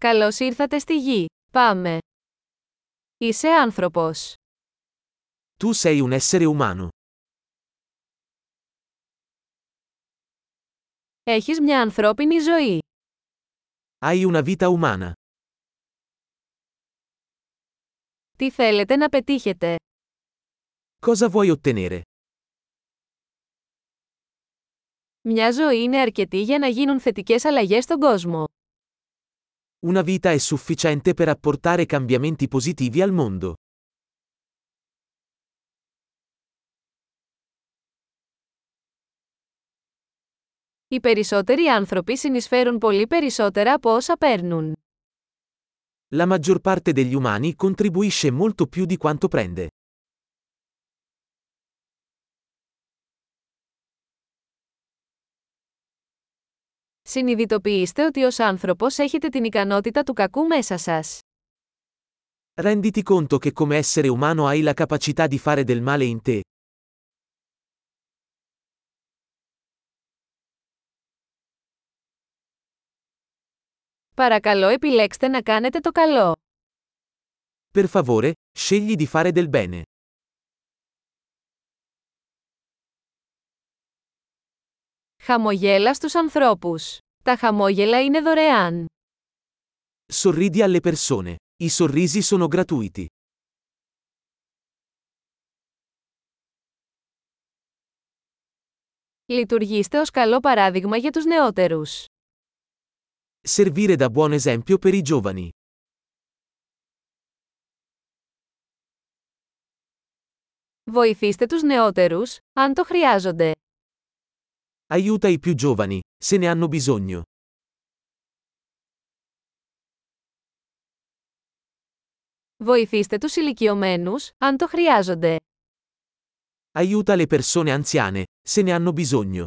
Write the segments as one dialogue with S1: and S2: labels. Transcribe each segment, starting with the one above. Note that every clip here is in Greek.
S1: Καλώς ήρθατε στη γη. Πάμε. Είσαι άνθρωπος.
S2: Tu sei un essere umano.
S1: Έχεις μια ανθρώπινη ζωή.
S2: Hai una vita umana.
S1: Τι θέλετε να πετύχετε.
S2: Cosa vuoi ottenere?
S1: Μια ζωή είναι αρκετή για να γίνουν θετικές αλλαγές στον κόσμο.
S2: Una vita è sufficiente per apportare cambiamenti positivi al mondo.
S1: Οι περισσότεροι άνθρωποι συνεισφέρουν πολύ περισσότερα από όσα παίρνουν.
S2: La maggior parte degli umani contribuisce molto più di quanto prende.
S1: Συνειδητοποιήστε ότι ως άνθρωπος έχετε την ικανότητα του κακού μέσα σας.
S2: Renditi conto che come essere umano hai la capacità di fare del male in te.
S1: Παρακαλώ επιλέξτε να κάνετε το καλό.
S2: Per favore, scegli di fare del bene.
S1: Χαμογέλα στους ανθρώπους. Τα χαμόγελα είναι δωρεάν.
S2: Sorridi alle persone. I sorrisi sono gratuiti.
S1: Λειτουργήστε ως καλό παράδειγμα για τους νεότερους.
S2: Servire da buon esempio per i giovani.
S1: Βοηθήστε τους νεότερους, αν το χρειάζονται.
S2: Aiuta i più giovani, se ne hanno bisogno.
S1: Βοηθήστε τους ηλικιωμένους, αν το χρειάζονται.
S2: Aiuta le persone anziane, se ne hanno bisogno.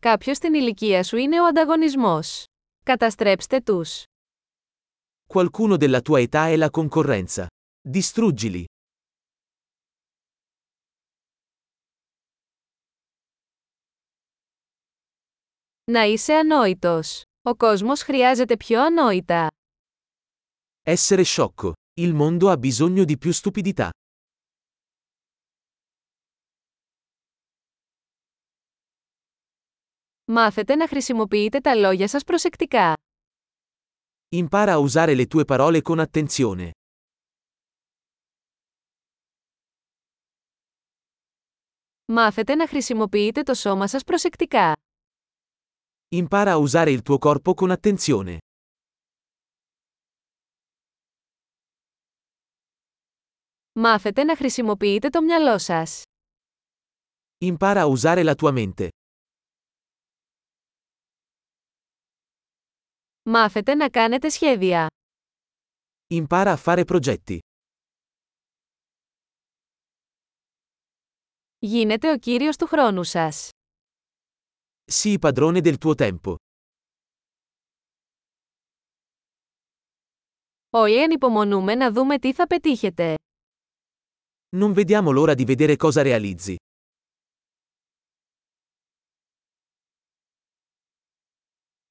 S1: Κάποιος στην ηλικία σου είναι ο ανταγωνισμός. Καταστρέψτε τους.
S2: Qualcuno della tua età è la concorrenza. Distruggili.
S1: Να είσαι ανόητος. Ο κόσμος χρειάζεται πιο ανόητα.
S2: Essere sciocco. Il mondo ha bisogno di più stupidità.
S1: Μάθετε να χρησιμοποιείτε τα λόγια σας προσεκτικά.
S2: Impara a usare le tue parole con attenzione.
S1: Μάθετε να χρησιμοποιείτε το σώμα σας προσεκτικά.
S2: Impara a usare il tuo corpo con attenzione.
S1: Μάθετε να χρησιμοποιείτε το μυαλό σας.
S2: Impara a usare la tua mente.
S1: Μάθετε να κάνετε σχέδια.
S2: Impara a fare progetti.
S1: Γίνετε ο κύριος του χρόνου σας.
S2: Sii padrone del tuo tempo.
S1: Όλοι ανυπομονούμε να δούμε τι θα πετύχετε.
S2: Non vediamo l'ora di vedere cosa realizzi.